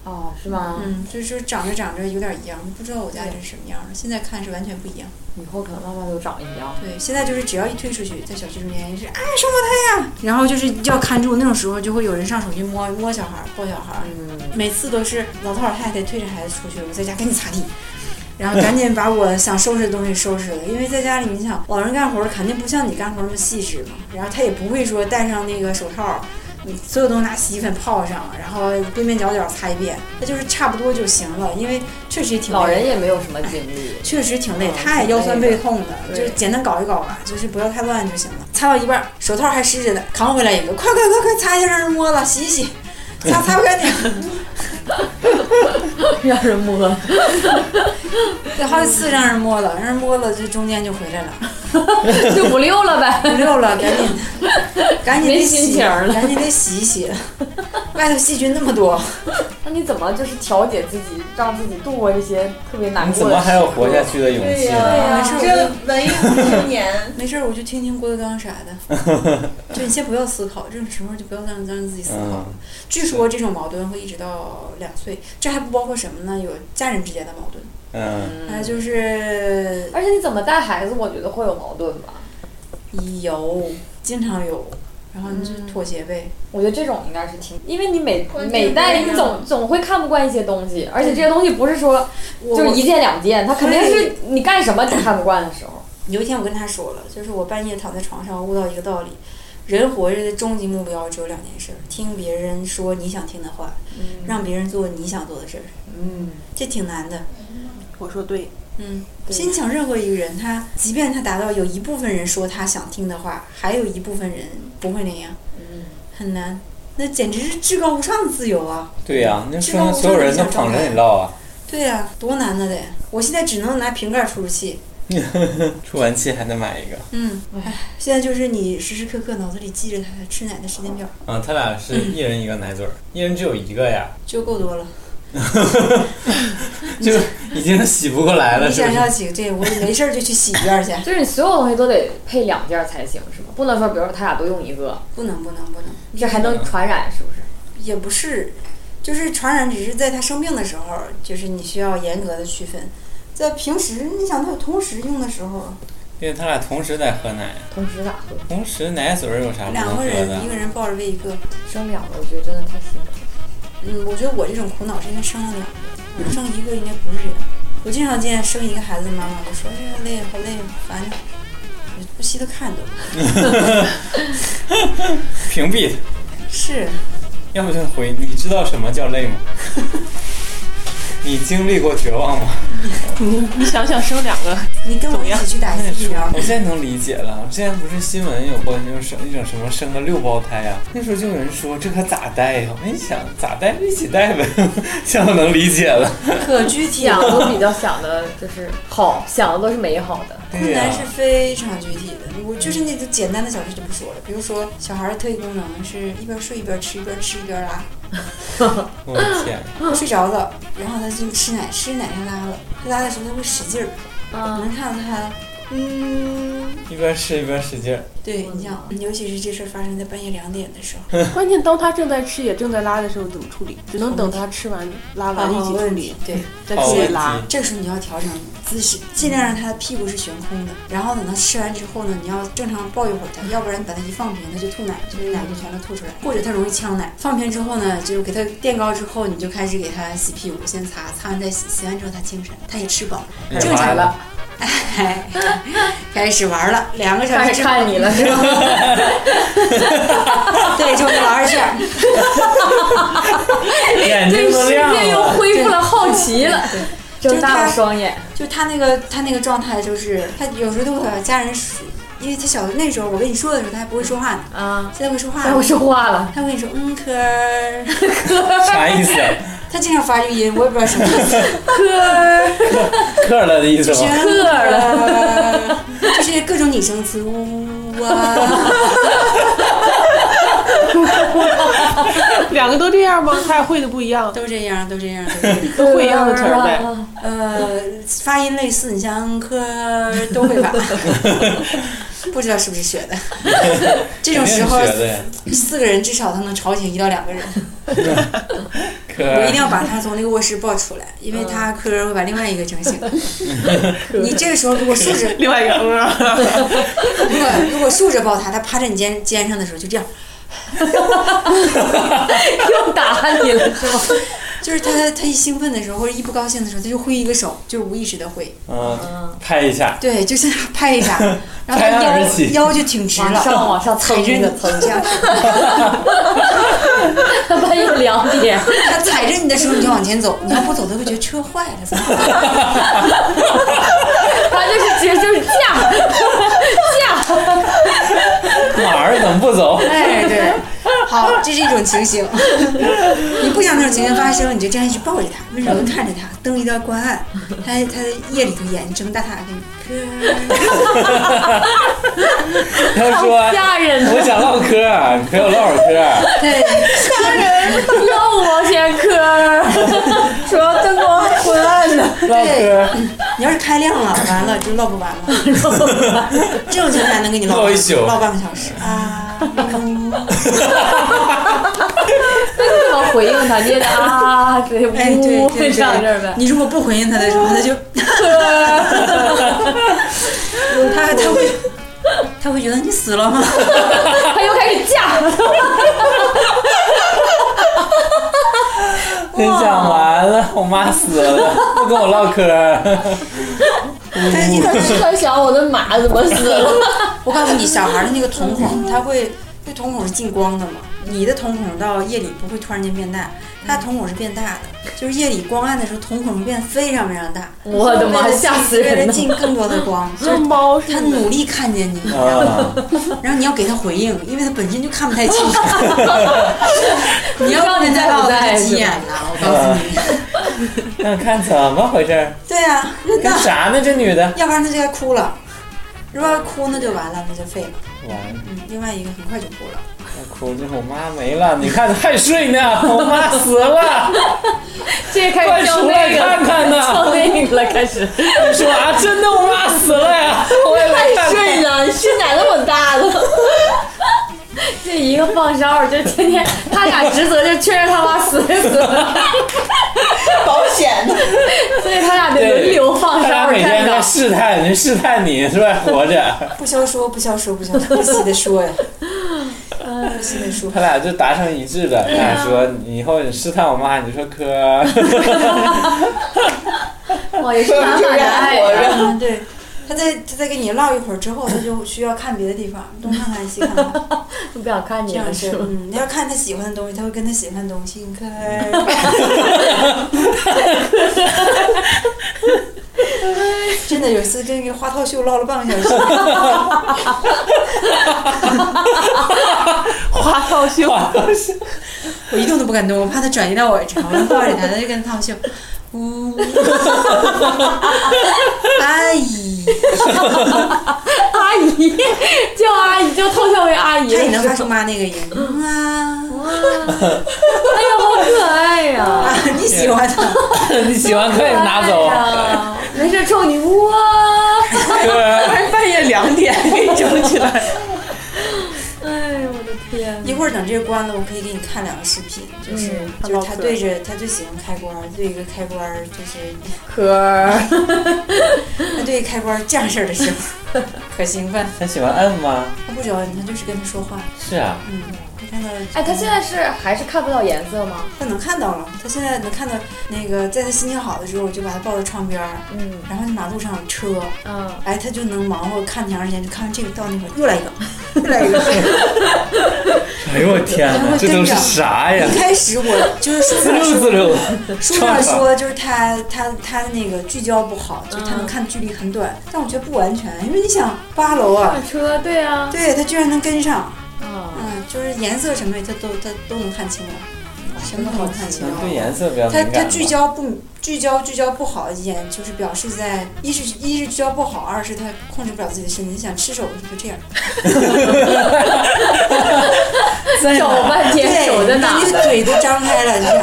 [SPEAKER 6] 哦，是吗？
[SPEAKER 2] 嗯，就是长着长着有点一样，不知道我家人是什么样的。现在看是完全不一样。
[SPEAKER 4] 嗯
[SPEAKER 6] 以后可能慢慢都长一样。
[SPEAKER 2] 对，现在就是只要一推出去，在小区中间是哎双胞胎呀，然后就是要看住，那种时候就会有人上手去摸摸小孩儿、抱小孩儿。
[SPEAKER 6] 嗯
[SPEAKER 2] 每次都是老头老太太推着孩子出去，我在家赶紧擦地。然后赶紧把我想收拾的东西收拾了，因为在家里，你想老人干活儿肯定不像你干活儿那么细致嘛。然后他也不会说戴上那个手套儿，你所有东西拿洗衣粉泡上，然后边边角角擦一遍，那就是差不多就行了。因为确实也挺累
[SPEAKER 6] 老
[SPEAKER 2] 的
[SPEAKER 6] 人也没有什么精力，
[SPEAKER 2] 确实挺累
[SPEAKER 6] 嗯，
[SPEAKER 2] 他也腰酸背痛的，
[SPEAKER 6] 对
[SPEAKER 2] 就是简单搞一搞吧，就是不要太乱就行了。擦到一半，手套还湿着呢，扛回来一个，快快快快擦一下，让人摸了，洗一洗，擦擦不干净。
[SPEAKER 6] 让人摸。
[SPEAKER 2] 对，好几次让人摸了，让人摸了，这中间就回来了，
[SPEAKER 6] 就不溜了呗。
[SPEAKER 2] 不溜了，赶紧，赶紧得
[SPEAKER 6] 没心
[SPEAKER 2] 洗，
[SPEAKER 6] 情了
[SPEAKER 2] 赶紧得洗一洗，外头细菌那么多。
[SPEAKER 6] 那你怎么就是调节自己，让自己度过这些特别难
[SPEAKER 3] 你怎
[SPEAKER 6] 过的
[SPEAKER 3] 么
[SPEAKER 6] 时
[SPEAKER 3] 还有活下去的勇气呢？
[SPEAKER 2] 没事，我就
[SPEAKER 5] 这文艺青年，
[SPEAKER 2] 没事，我就听听郭德纲啥的。就你先不要思考，这种时候就不要让让自己思考。
[SPEAKER 3] 嗯，
[SPEAKER 2] 据说这种矛盾会一直到两岁，这还不包括什么呢？有家人之间的矛盾，
[SPEAKER 3] 嗯，
[SPEAKER 2] 还有就是
[SPEAKER 6] 而且你怎么带孩子，我觉得会有矛盾吧。
[SPEAKER 2] 有，经常有，然后你就妥协呗。
[SPEAKER 6] 我觉得这种应该是挺，因为你每
[SPEAKER 5] 关键
[SPEAKER 6] 每代你
[SPEAKER 5] 不一样
[SPEAKER 6] 总总会看不惯一些东西，而且这些东西不是说
[SPEAKER 2] 我
[SPEAKER 6] 就是一件两件，它肯定是
[SPEAKER 2] 对
[SPEAKER 6] 你干什么你看不惯的时候。
[SPEAKER 2] 有一天我跟他说了，就是我半夜躺在床上悟到一个道理：人活着的终极目标只有两件事儿，听别人说你想听的话，让别人做你想做的事儿。
[SPEAKER 6] 嗯，
[SPEAKER 2] 这挺难的。
[SPEAKER 7] 我说对，
[SPEAKER 2] 嗯，先想任何一个人，他即便他达到有一部分人说他想听的话，还有一部分人不会那样，
[SPEAKER 6] 嗯
[SPEAKER 2] 很难。那简直是至高无上的自由啊！
[SPEAKER 3] 对呀、那说明所有人都捧着你唠啊。
[SPEAKER 2] 对呀、多难的得！我现在只能拿瓶盖出出气。
[SPEAKER 3] 出完气还得买一个。
[SPEAKER 2] 嗯，唉，现在就是你时时刻刻脑子里记着他吃奶的时间表，
[SPEAKER 3] 嗯，他俩是一人一个奶嘴儿，一人只有一个呀，
[SPEAKER 2] 就够多了。
[SPEAKER 3] 就已经洗不过来了，
[SPEAKER 2] 你
[SPEAKER 3] 是不
[SPEAKER 2] 想
[SPEAKER 3] 是
[SPEAKER 2] 要？几个这，我没事儿就去洗一遍去。
[SPEAKER 6] 就是你所有东西都得配两件才行，是吗？不能说比如说他俩都用一个，
[SPEAKER 2] 不能不能不能，
[SPEAKER 6] 这还能传染是不是？
[SPEAKER 2] 也不是，就是传染只是在他生病的时候，就是你需要严格的区分。在平时，你想他有同时用的时候，
[SPEAKER 3] 因为他俩同时在喝奶，
[SPEAKER 6] 同时咋喝？
[SPEAKER 3] 同时奶嘴儿有啥不能
[SPEAKER 2] 两
[SPEAKER 3] 喝
[SPEAKER 2] 个人一
[SPEAKER 3] 的？
[SPEAKER 2] 个人抱着喂一个，
[SPEAKER 6] 生两个，我觉得真的太辛苦了。
[SPEAKER 2] 嗯，我觉得我这种苦恼是因为生了两个，生一个应该不是这样。我经常见生一个孩子的妈妈就说：“哎呀，累，好累，烦着。”我就不稀得看都
[SPEAKER 3] 屏蔽他，
[SPEAKER 2] 是
[SPEAKER 3] 要不就回。你知道什么叫累吗？ 你经历过绝望吗？
[SPEAKER 7] 你你想想生两个，
[SPEAKER 2] 你跟我一起去打一次疫苗，
[SPEAKER 3] 我现在能理解了。之前不是新闻有过那种生一种什么生个六胞胎啊，那时候就有人说这可咋带呀？我一想咋带就一起带呗， 现在能理解了。
[SPEAKER 2] 可具体
[SPEAKER 6] 想
[SPEAKER 2] 了。
[SPEAKER 6] 都啊比较想的就是 好，想的都是美好的。
[SPEAKER 3] 对
[SPEAKER 2] 困
[SPEAKER 3] 呀、
[SPEAKER 2] 难是非常具体的，我就是那个简单的小事就不说了，比如说小孩的特异功能是一边睡一边吃，一边吃一边拉，
[SPEAKER 3] 我的天，
[SPEAKER 2] 睡着了，然后他就吃奶，吃奶他拉了，他拉的时候他会使劲儿，
[SPEAKER 6] 啊，
[SPEAKER 2] 能看到他，嗯，
[SPEAKER 3] 一边吃一边使劲儿。
[SPEAKER 2] 对你想，尤其是这事儿发生在半夜两点的时候，
[SPEAKER 7] 关键当他正在吃也正在拉的时候，你怎么处理？只能等他吃完拉完一起处
[SPEAKER 2] 问
[SPEAKER 7] 理
[SPEAKER 2] 题，，对，
[SPEAKER 7] 再
[SPEAKER 3] 好
[SPEAKER 7] 自己
[SPEAKER 3] 问题
[SPEAKER 7] 拉。
[SPEAKER 2] 这个时候你要调整姿势，尽量让他的屁股是悬空的，然后等他吃完之后呢，你要正常抱一会儿他，要不然你把他一放平，他就吐奶，就是奶就全都吐出来，或者他容易呛奶。放平之后呢，就是给他垫高之后，你就开始给他洗屁股，先擦，擦完再洗，洗完之后他精神，他也吃饱了，
[SPEAKER 3] 哎
[SPEAKER 2] 正
[SPEAKER 3] 妈
[SPEAKER 2] 常
[SPEAKER 3] 呀。
[SPEAKER 2] 哎，开始玩了，两个小
[SPEAKER 6] 开
[SPEAKER 2] 时
[SPEAKER 6] 始
[SPEAKER 2] 之
[SPEAKER 6] 看
[SPEAKER 2] 后
[SPEAKER 6] 你了是吧？
[SPEAKER 2] 对，就那老二线儿，
[SPEAKER 3] 眼睛
[SPEAKER 6] 对
[SPEAKER 3] 都
[SPEAKER 6] 世
[SPEAKER 3] 亮
[SPEAKER 6] 界又
[SPEAKER 3] 了。
[SPEAKER 6] 恢复了好奇了，睁大了双眼。
[SPEAKER 2] 就他那个他那个状态，就是他有时候都会把家人说，因为他小那时候我跟你说的时候，他还不会说话呢，
[SPEAKER 3] 嗯
[SPEAKER 6] 啊，
[SPEAKER 2] 现在会说话
[SPEAKER 6] 哎，我
[SPEAKER 2] 了，
[SPEAKER 6] 说话了，
[SPEAKER 2] 他会跟你说嗯科儿，
[SPEAKER 3] 啥意思？啊
[SPEAKER 2] 他经常发语音，我也不知道什么意思，
[SPEAKER 3] 克了的意思
[SPEAKER 2] 就是
[SPEAKER 3] 吗？
[SPEAKER 2] 科儿，就是各种拟声词，呜 啊，
[SPEAKER 7] 两个都这样吗？他俩会的不一样，
[SPEAKER 2] 都这样，都这样，都这样。
[SPEAKER 7] 都会一样的词儿呗。
[SPEAKER 6] 啊
[SPEAKER 2] 呃，发音类似，你像科都会 吧？不知道是不是学的。这种时候
[SPEAKER 3] 肯，定是学的呀，
[SPEAKER 2] 四个人至少他能吵醒一到两个人。我一定
[SPEAKER 3] 克
[SPEAKER 2] 要
[SPEAKER 6] 呃
[SPEAKER 2] 把他从那个卧室抱出来，因为
[SPEAKER 6] 嗯
[SPEAKER 2] 他科会把另外一个 整醒。你这个时候如果竖着，
[SPEAKER 7] 另外一个嗯啊，
[SPEAKER 2] 如果如果竖着抱他，他趴在你肩肩上的时候就这样，
[SPEAKER 6] 又打你了是吗？
[SPEAKER 2] 就是他他一兴奋的时候或者一不高兴的时候，他就挥一个手，就是无意识的挥，
[SPEAKER 3] 嗯，拍一下，
[SPEAKER 2] 对，就是拍 一下，然后他
[SPEAKER 3] 拍案而
[SPEAKER 2] 腰
[SPEAKER 3] 起
[SPEAKER 2] 腰就挺直
[SPEAKER 6] 往
[SPEAKER 2] 了，
[SPEAKER 6] 上往上
[SPEAKER 2] 踩
[SPEAKER 6] 蹭
[SPEAKER 2] 着
[SPEAKER 6] 着
[SPEAKER 2] 你
[SPEAKER 6] 的蹭
[SPEAKER 2] 这
[SPEAKER 6] 着，
[SPEAKER 2] 样。
[SPEAKER 6] 半夜两点，
[SPEAKER 2] 他踩着你的时候，你就往前走，你要不走，他会觉得车坏了，怎么办？
[SPEAKER 6] 他就是直接就是架架，
[SPEAKER 3] 马儿怎么不走？
[SPEAKER 2] 哎，对，好，这是一种情形。你不想那种情形发生，你就这样一直抱着他，温柔的看着他，灯一定要关暗。他他在夜里头眼睁大大给你，
[SPEAKER 3] 他说
[SPEAKER 6] 好吓人
[SPEAKER 3] 我想唠嗑儿，你陪我唠会儿嗑啊儿。
[SPEAKER 2] 对，
[SPEAKER 6] 又往前磕，说灯光昏暗呢，
[SPEAKER 3] 唠嗑儿
[SPEAKER 2] 你要是开亮了，完了就唠不完了。这种情况还能跟你唠
[SPEAKER 3] 唠一宿
[SPEAKER 2] 唠半个小时啊。
[SPEAKER 6] 那你怎么回应他？你也得啊，直接
[SPEAKER 2] 哎，对
[SPEAKER 6] 呜
[SPEAKER 2] 对
[SPEAKER 6] 这样这儿
[SPEAKER 2] 对
[SPEAKER 6] 呗，。
[SPEAKER 2] 你如果不回应他的时候，他就，他他会他会觉得你死了吗？
[SPEAKER 6] 他又开始架，
[SPEAKER 3] 真想完了，我妈死了，不跟我唠嗑儿。啊
[SPEAKER 2] 但是你可能
[SPEAKER 6] 他想我的马怎么死了？
[SPEAKER 2] 我告诉你，小孩的那个瞳孔，它会，那瞳孔是进光的嘛？你的瞳孔到夜里不会突然间变大，他瞳孔是变大的，就是夜里光暗的时候，瞳孔会变得非常非常大。
[SPEAKER 6] 我的妈，吓死
[SPEAKER 2] 为
[SPEAKER 6] 人
[SPEAKER 2] 了
[SPEAKER 6] 了！
[SPEAKER 2] 进更多的光，就
[SPEAKER 7] 跟
[SPEAKER 2] 是
[SPEAKER 7] 猫似
[SPEAKER 2] 他
[SPEAKER 7] 的。
[SPEAKER 2] 努力看见你，
[SPEAKER 3] 啊，
[SPEAKER 2] 然后你要给他回应，因为他本身就看不太清楚。 你要不跟他唠，他就急眼了。我告诉
[SPEAKER 3] 嗯
[SPEAKER 2] 你，
[SPEAKER 3] 让看怎么回事儿？
[SPEAKER 2] 对呀、真
[SPEAKER 3] 干
[SPEAKER 2] 的，
[SPEAKER 3] 啥呢？这 女的？哎
[SPEAKER 2] 要不然他就该哭了。如果要哭那就完了，那就废了。
[SPEAKER 3] 完了。
[SPEAKER 2] 嗯，另外一个很快就哭了。
[SPEAKER 3] 哭，这我妈没了，你看还睡呢，我妈死了，
[SPEAKER 6] 这开
[SPEAKER 3] 快
[SPEAKER 6] 始叫
[SPEAKER 3] 出来
[SPEAKER 6] 那个
[SPEAKER 3] 看看呐！
[SPEAKER 6] 叫那个了，开始。
[SPEAKER 3] 说啊，真的我妈死了呀，我也来看看。
[SPEAKER 6] 睡了，心咋那么大呢？这一个放哨，就天天他俩职责就确认他妈死没死 了，
[SPEAKER 5] 保险呢？
[SPEAKER 6] 所以他俩得轮流放
[SPEAKER 3] 他
[SPEAKER 6] 哨
[SPEAKER 3] 俩每天
[SPEAKER 6] 看
[SPEAKER 3] 在
[SPEAKER 6] 岗。
[SPEAKER 3] 试探，人试探你是不是还活 着？
[SPEAKER 2] 不消说，不消说，不消说，不惜的说 呀，不惜的说。
[SPEAKER 3] 他俩就达成一致了。他俩说，你以后你试探我妈，你就说科，
[SPEAKER 6] 哇，也是满 满的爱啊。
[SPEAKER 2] 嗯，对，他再他再跟你唠一会儿之后，他就需要看别的地方，东看看西看看，
[SPEAKER 6] 不想看
[SPEAKER 2] 这
[SPEAKER 6] 你
[SPEAKER 2] 样
[SPEAKER 6] 了
[SPEAKER 2] 是
[SPEAKER 6] 是吗？
[SPEAKER 2] 嗯，你要看他喜欢的东西，他会跟他喜欢的东西你看。 真的有一次跟一个花套秀唠了半个小 时，
[SPEAKER 7] 花套秀，
[SPEAKER 2] 我一动都不敢动，我怕他转移到我身上，我就抱着他，他就跟他套秀，呜，哎阿姨。
[SPEAKER 6] 阿姨叫阿姨就头像为阿姨
[SPEAKER 2] 他也能
[SPEAKER 6] 了是
[SPEAKER 2] 发
[SPEAKER 6] 吗，
[SPEAKER 2] 出妈那个音嗯啊
[SPEAKER 6] 哎呀，好可爱 呀、
[SPEAKER 2] 啊！你喜欢他？
[SPEAKER 3] 你喜欢可以 拿走
[SPEAKER 6] 哎呀没事冲你哇！
[SPEAKER 2] 哎
[SPEAKER 3] 科。
[SPEAKER 7] 哎半夜两点给你整起来。
[SPEAKER 6] 哎呦我的天，
[SPEAKER 2] 一会儿儿等这个关了，我可以给你看两个视频，
[SPEAKER 6] 嗯
[SPEAKER 2] 就是、
[SPEAKER 7] 他
[SPEAKER 2] 就
[SPEAKER 7] 唠
[SPEAKER 2] 是他
[SPEAKER 7] 嗑
[SPEAKER 2] 对着他最喜欢开关儿，对一个开关儿就是
[SPEAKER 6] 壳儿，
[SPEAKER 2] 他对开关儿这样式儿的时候，可兴奋。
[SPEAKER 3] 他喜欢按吗？
[SPEAKER 2] 他不喜欢你，他就是跟他说话，
[SPEAKER 3] 是啊，
[SPEAKER 2] 嗯，他看到
[SPEAKER 6] 哎，他现在是还是看不到颜色吗？
[SPEAKER 2] 他能看到了，他现在能看到那个，在他心情好的时候，我就把他抱到窗边儿，
[SPEAKER 6] 嗯
[SPEAKER 2] 然后马路上有车，
[SPEAKER 6] 嗯，
[SPEAKER 2] 哎，他就能忙活看挺长时间，就看完这个到那个又来一个，又来一 个。
[SPEAKER 3] 哎呦我天
[SPEAKER 2] 然
[SPEAKER 3] 哪，
[SPEAKER 2] 后
[SPEAKER 3] 这都
[SPEAKER 2] 跟
[SPEAKER 3] 是
[SPEAKER 2] 着
[SPEAKER 3] 啥呀
[SPEAKER 2] 一？开始我就是书
[SPEAKER 3] 滋
[SPEAKER 2] 上
[SPEAKER 3] 溜
[SPEAKER 2] 说
[SPEAKER 3] 滋溜，
[SPEAKER 2] 书上说就是他他他那个聚焦不好，就是
[SPEAKER 6] 嗯
[SPEAKER 2] 他能看距离很短，但我觉得不完全，因为你想八楼啊，
[SPEAKER 6] 看车，对啊，
[SPEAKER 2] 对他居然能跟上，
[SPEAKER 6] 嗯，
[SPEAKER 2] 嗯，就是颜色什么的他都他都能看清了，
[SPEAKER 6] 哦
[SPEAKER 2] 什么都能看清
[SPEAKER 3] 能
[SPEAKER 6] 啊
[SPEAKER 2] 了
[SPEAKER 3] 对。颜色比较
[SPEAKER 2] 他
[SPEAKER 3] 敏
[SPEAKER 2] 他
[SPEAKER 3] 感吗。
[SPEAKER 2] 聚焦不聚焦聚焦不好的一点就是表示在一是一是聚焦不好，二是他控制不了自己的身体，你想吃手他就这样，
[SPEAKER 6] 找半天
[SPEAKER 2] 对，
[SPEAKER 6] 手在
[SPEAKER 2] 你
[SPEAKER 6] 哪
[SPEAKER 2] 看那
[SPEAKER 6] 呢？
[SPEAKER 2] 个嘴都张开了，就这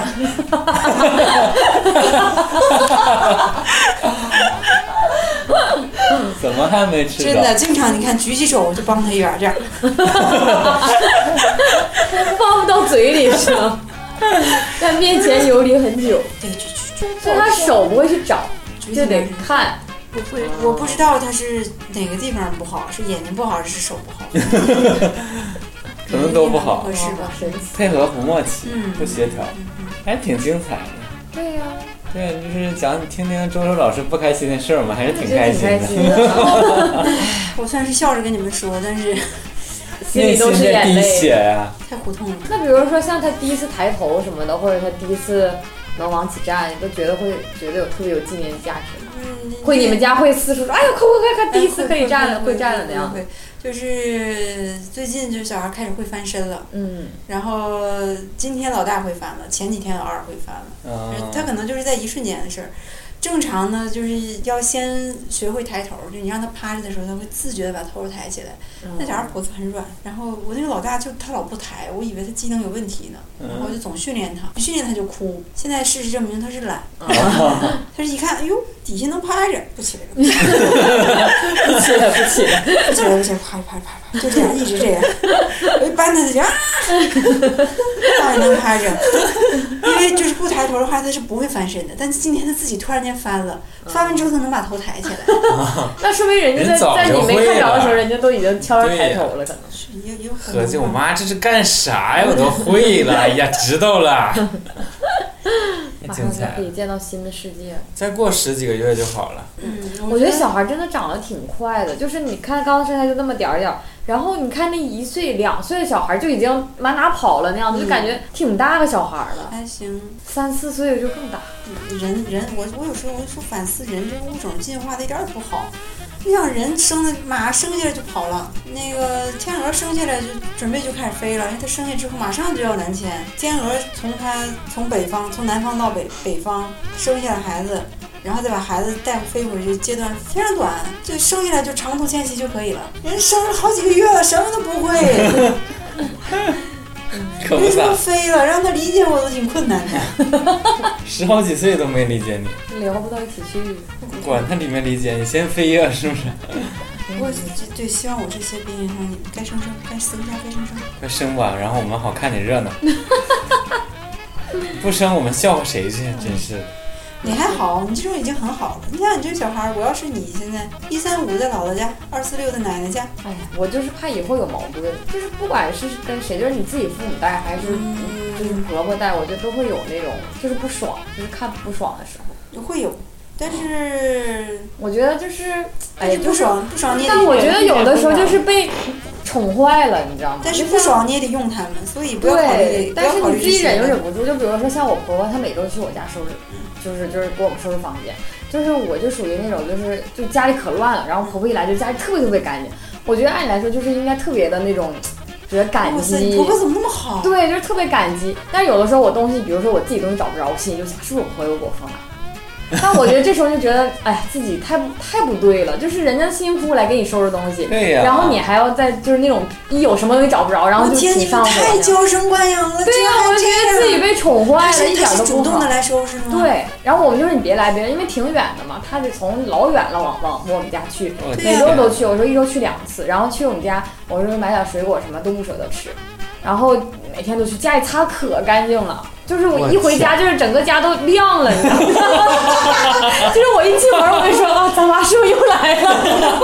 [SPEAKER 2] 样。
[SPEAKER 3] 怎么还没吃
[SPEAKER 2] 真
[SPEAKER 3] 着？
[SPEAKER 2] 的，经常你看举起手我就帮他一把，这样
[SPEAKER 6] 放不到嘴里是吗？ 在面前游离很久，
[SPEAKER 2] 对举举举
[SPEAKER 6] 所以他手不会去找，
[SPEAKER 2] 举
[SPEAKER 6] 就
[SPEAKER 2] 起
[SPEAKER 6] 得
[SPEAKER 2] 来。
[SPEAKER 6] 看。
[SPEAKER 7] 不会，
[SPEAKER 2] 我不知道他是哪个地方不好，是眼睛不好还是手不好？ 嗯
[SPEAKER 3] 可能都不好
[SPEAKER 2] 合适
[SPEAKER 6] 哇
[SPEAKER 2] 吧？
[SPEAKER 6] 哦神奇。
[SPEAKER 3] 配合不默契，
[SPEAKER 2] 嗯
[SPEAKER 3] 不协调，还挺精彩的。
[SPEAKER 6] 对啊呀、
[SPEAKER 3] 对，就是讲听听周周老师不开心的事儿嘛，还是挺
[SPEAKER 6] 真
[SPEAKER 3] 开
[SPEAKER 6] 挺
[SPEAKER 3] 心
[SPEAKER 6] 开
[SPEAKER 3] 的。
[SPEAKER 6] 心的，
[SPEAKER 2] 我虽然是笑着跟你们说，但是
[SPEAKER 6] 心
[SPEAKER 3] 内
[SPEAKER 6] 里都
[SPEAKER 3] 心
[SPEAKER 6] 是
[SPEAKER 3] 在
[SPEAKER 6] 眼
[SPEAKER 3] 滴血
[SPEAKER 6] 泪。
[SPEAKER 3] 啊呀、
[SPEAKER 2] 太胡同了。
[SPEAKER 6] 那比如说像他第一次抬头什么的，或者他第一次能往起站，你都觉得会觉得有特别有纪念价值吗？
[SPEAKER 2] 嗯，
[SPEAKER 6] 会你们家会四处说，哎呀，快快快看，
[SPEAKER 2] 哎
[SPEAKER 6] 第一次可以站了，
[SPEAKER 2] 会
[SPEAKER 6] 会站了那样。
[SPEAKER 2] 会，会就是最近就小孩开始会翻身了，
[SPEAKER 6] 嗯，
[SPEAKER 2] 然后今天老大会翻了，前几天老二会翻了。
[SPEAKER 3] 嗯，
[SPEAKER 2] 哎他可能就是在一瞬间的事儿。正常呢，就是要先学会抬头，就你让他趴着的时候，他会自觉的把头抬起来。那小孩脖子很软，然后我那个老大就他老不抬，我以为他机能有问题呢，然后就总训练他，训练他就哭。现在事实证明他是懒，他是一看，哎呦，底下能趴着，不起来了，
[SPEAKER 6] 不起来，不起来。
[SPEAKER 2] 不起来，不起来，趴着，趴着，趴着，就这样一直这样。我一扳他，他就啊，他也能趴着，因为就是不抬头的话，他是不会翻身的。但是今天他自己突然间翻了，翻完之后他能把头抬起来，
[SPEAKER 6] 那说明人家
[SPEAKER 3] 人
[SPEAKER 6] 在
[SPEAKER 3] 早
[SPEAKER 6] 在你
[SPEAKER 3] 就
[SPEAKER 6] 没
[SPEAKER 3] 会
[SPEAKER 6] 看着的
[SPEAKER 3] 了
[SPEAKER 6] 时候，人家都已经悄悄
[SPEAKER 3] 对
[SPEAKER 6] 抬
[SPEAKER 3] 呀
[SPEAKER 6] 头了，可能。
[SPEAKER 2] 是也也有可
[SPEAKER 3] 合计我
[SPEAKER 2] 能吧。
[SPEAKER 3] 妈这是干啥呀？我都会了，哎呀，知 道了。太
[SPEAKER 6] 马
[SPEAKER 3] 精
[SPEAKER 6] 上就
[SPEAKER 3] 彩
[SPEAKER 6] 可以
[SPEAKER 3] 了，
[SPEAKER 6] 见到新的世界。
[SPEAKER 3] 再过十几个月就 好了。
[SPEAKER 2] 嗯，
[SPEAKER 6] 我觉得小孩真的长得挺快的，就是你看刚生下来就那么点儿点儿，然后你看那一岁两岁的小孩就已经满哪跑了那样子，就感觉挺大个小孩了，
[SPEAKER 2] 还行。
[SPEAKER 6] 三四岁就更大。
[SPEAKER 2] 人人，我我有时候我就说反思人这个物种进化的一点儿也不好。你想人生的马生下来就跑了，那个天鹅生下来就准备就开始飞了，因为它生下之后马上就要南迁。天鹅从它从北方从南方到北北方生下来孩子，然后再把孩子带飞回去，阶段非常短，就生下来就长途迁徙就可以了。人生了好几个月了，什么都不会，
[SPEAKER 3] 可不
[SPEAKER 2] 为什
[SPEAKER 3] 咋
[SPEAKER 2] 么，飞了？让他理解我都挺困难的。
[SPEAKER 3] 十好几岁都没理解你，
[SPEAKER 6] 聊不到一起去，
[SPEAKER 3] 管他理没理解你，先飞呀，是不是？
[SPEAKER 2] 不过这对，希望我这些别影响你们，该生生，该生下该生生。
[SPEAKER 3] 快生吧，然后我们好看 点热闹。不生我们笑话谁去？真是的。
[SPEAKER 2] 你还好，你这种已经很好了。你像你这个小孩儿，我要是你现在一三五在姥姥家，二四六在奶奶家，
[SPEAKER 6] 哎呀，我就是怕以后有矛盾，就是不管是跟谁，就是你自己父母带还是就是
[SPEAKER 2] 嗯
[SPEAKER 6] 婆婆带，我觉得都会有那种就是不爽，就是看不爽的时候。
[SPEAKER 2] 会有，但是
[SPEAKER 6] 我觉得就是，嗯哎
[SPEAKER 2] 但
[SPEAKER 6] 呀，
[SPEAKER 2] 是
[SPEAKER 6] 就
[SPEAKER 2] 不
[SPEAKER 6] 是，
[SPEAKER 2] 爽不爽你也
[SPEAKER 6] 但
[SPEAKER 2] 得，
[SPEAKER 6] 我觉得有的时候就是被宠坏了，你知道吗？
[SPEAKER 2] 但是
[SPEAKER 6] 就
[SPEAKER 2] 不
[SPEAKER 6] 像
[SPEAKER 2] 爽你也得用他们，所以不要考
[SPEAKER 6] 对
[SPEAKER 2] 虑，，不
[SPEAKER 6] 但
[SPEAKER 2] 要
[SPEAKER 6] 是
[SPEAKER 2] 考虑
[SPEAKER 6] 你自
[SPEAKER 2] 这
[SPEAKER 6] 己
[SPEAKER 2] 些
[SPEAKER 6] 忍又
[SPEAKER 2] 问
[SPEAKER 6] 忍
[SPEAKER 2] 题。
[SPEAKER 6] 不住。就比如说像我婆婆，她每周去我家收拾，就是就是给我们收拾房间，就是我就属于那种就是就家里可乱了，然后婆婆一来就家里特别特别干净。我觉得按理来说就是应该特别的那种，觉得感
[SPEAKER 2] 哇塞，你
[SPEAKER 6] 激
[SPEAKER 2] 婆。婆怎么那么好？
[SPEAKER 6] 对，就是特别感激。但是有的时候我东西，比如说我自己东西找不着，我心里就想，是不是我朋友给我放哪儿？ 但我觉得这时候就觉得，哎，自己太不太不对了，就是人家辛辛苦苦来给你收拾东西，
[SPEAKER 3] 对呀
[SPEAKER 6] 然后你还要再就是那种一有什么东西找不着，然后
[SPEAKER 2] 我
[SPEAKER 6] 就
[SPEAKER 2] 天，
[SPEAKER 6] 提
[SPEAKER 2] 你
[SPEAKER 6] 上
[SPEAKER 2] 们
[SPEAKER 6] 火那
[SPEAKER 2] 太
[SPEAKER 6] 样。
[SPEAKER 2] 娇生惯养了，
[SPEAKER 6] 对
[SPEAKER 2] 居
[SPEAKER 6] 呀、
[SPEAKER 2] 然
[SPEAKER 6] 我
[SPEAKER 2] 还
[SPEAKER 6] 觉
[SPEAKER 2] 这样。
[SPEAKER 6] 得自己被宠坏
[SPEAKER 2] 他
[SPEAKER 6] 了，
[SPEAKER 2] 是
[SPEAKER 6] 一
[SPEAKER 2] 他
[SPEAKER 6] 点
[SPEAKER 2] 是
[SPEAKER 6] 都
[SPEAKER 2] 主
[SPEAKER 6] 不
[SPEAKER 2] 动
[SPEAKER 6] 好
[SPEAKER 2] 的。来收拾吗？，
[SPEAKER 6] 对，然后我们就是你别来，别来，因为挺远的嘛，他得从老远了往往我们家去，
[SPEAKER 3] 我
[SPEAKER 2] 对
[SPEAKER 6] 每
[SPEAKER 2] 呀
[SPEAKER 6] 周都去。我说一周去两次，然后去我们家，我说买点水果什么都不舍得吃。然后每天都去家里擦可干净了，就是我一
[SPEAKER 1] 我
[SPEAKER 6] 回
[SPEAKER 1] 天
[SPEAKER 6] 家就是整个家都亮了，你知道吗？ 就是我一进门我就说啊，咱妈是不是又来了？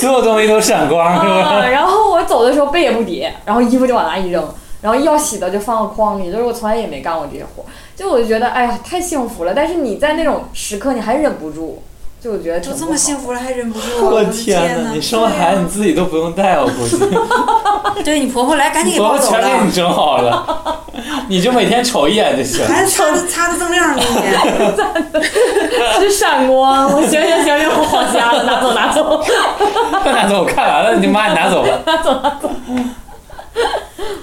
[SPEAKER 3] 所有东西都闪光，是吧？
[SPEAKER 6] 啊， 然后我走的时候被也不叠，然后衣服就往那一扔，然后要洗的就放到筐里，就是我从来也没干过这些活儿，就我就觉得哎呀太幸福了，但是你在那种时刻你还忍不住，就我觉得
[SPEAKER 2] 就
[SPEAKER 6] 挺
[SPEAKER 2] 这
[SPEAKER 6] 不
[SPEAKER 2] 么
[SPEAKER 6] 好
[SPEAKER 2] 幸福了还忍不住，啊的
[SPEAKER 3] 我天
[SPEAKER 6] 啊
[SPEAKER 2] 哪！
[SPEAKER 3] 你生完孩子你自己都不用带，我 估计，
[SPEAKER 2] 对你婆婆来赶紧给
[SPEAKER 3] 我
[SPEAKER 2] 抱走
[SPEAKER 3] 全给
[SPEAKER 2] 了
[SPEAKER 3] 你，整好了， 你就每天瞅一眼就行。
[SPEAKER 2] 还擦的擦的锃亮的一 天，
[SPEAKER 6] 是闪光，我行行行行，我好家了，拿走拿走。
[SPEAKER 3] 快拿走，我看完了，你就妈你拿 走吧。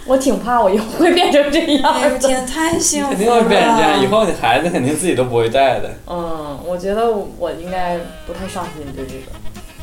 [SPEAKER 6] 我挺怕我以后会变成 这
[SPEAKER 2] 哎呦
[SPEAKER 6] 样的。
[SPEAKER 2] 天，太幸福了，
[SPEAKER 3] 肯定会变成这
[SPEAKER 6] 啊
[SPEAKER 3] 样，以后你孩子肯定自己都不会带的。
[SPEAKER 6] 嗯，我觉得我应该不太上心对这个。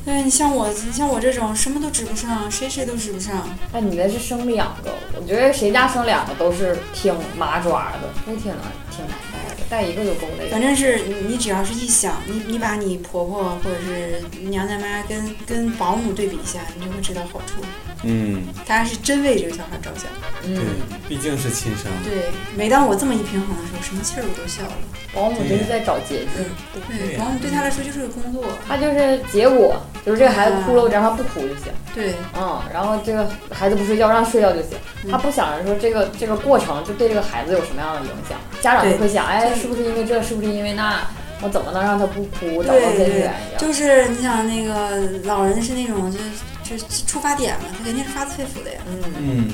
[SPEAKER 2] 对你像我，你像我这种什么都指不上，谁谁都指不上，
[SPEAKER 6] 哎，你那是生两个，我觉得谁家生两个都是挺麻爪的，那挺难挺难带的，带一个就够累了
[SPEAKER 2] 反。正是你你只要是一想，你你把你婆婆或者是娘家妈跟跟保姆对比一下，你就会知道好处，
[SPEAKER 3] 嗯，
[SPEAKER 2] 大家是真为这个小孩着想。
[SPEAKER 6] 嗯
[SPEAKER 3] 对，毕竟是亲生的。
[SPEAKER 2] 对，每当我这么一平衡的时候，什么气儿我都消了。
[SPEAKER 6] 保姆就是在找捷径，
[SPEAKER 2] 对，保姆对他来说就是个工作。
[SPEAKER 6] 他就是结果，就是这个孩子哭了，
[SPEAKER 2] 嗯
[SPEAKER 6] 我只要他不哭就行，
[SPEAKER 2] 对，
[SPEAKER 6] 嗯，然后这个孩子不睡觉，让他睡觉就行，
[SPEAKER 2] 嗯
[SPEAKER 6] 他不想着说这个这个过程就对这个孩子有什么样的影响，家长就会想，哎，
[SPEAKER 2] 对
[SPEAKER 6] 是不是因为这，是不是因为那，我怎么能让他不哭，找到
[SPEAKER 2] 对
[SPEAKER 6] 根
[SPEAKER 2] 对
[SPEAKER 6] 源一，样。
[SPEAKER 2] 就是你想那个老人是那种就就出发点嘛，他肯定是发自肺腑的呀。
[SPEAKER 3] 嗯，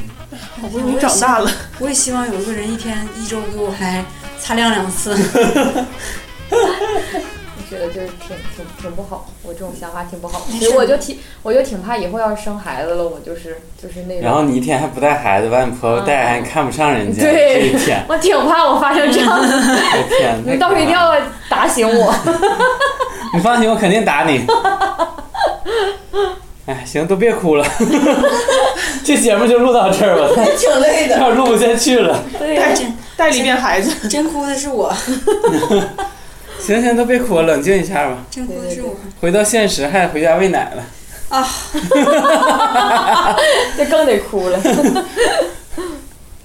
[SPEAKER 7] 好不容易长大 了，
[SPEAKER 2] 我也希望有一个人一天一周给我来擦亮两次。
[SPEAKER 6] 我觉得就是挺挺挺不好，我这种想法挺不好。其实我就挺我就挺怕以后要是生孩子了，我就是就是那
[SPEAKER 3] 然后
[SPEAKER 6] 种，
[SPEAKER 3] 你一天还不带孩子，把你婆婆带还看不上人家，这
[SPEAKER 6] 啊对
[SPEAKER 3] 一天，
[SPEAKER 6] 我挺怕我发生这样的，
[SPEAKER 3] 我的天，
[SPEAKER 6] 你到时候一定要打醒 我。
[SPEAKER 3] 你放心，我肯定打你。哎，行，都别哭了， 这节目就录到这儿吧，
[SPEAKER 5] 挺累的。
[SPEAKER 3] 要录不下去了。
[SPEAKER 2] 但真
[SPEAKER 7] 带了一遍孩子，
[SPEAKER 2] 真哭的是 我，
[SPEAKER 3] 行行，都别哭了，冷静一下吧。
[SPEAKER 2] 真哭的是我。
[SPEAKER 3] 回到现实，还得回家喂奶了。
[SPEAKER 6] 这更得哭了。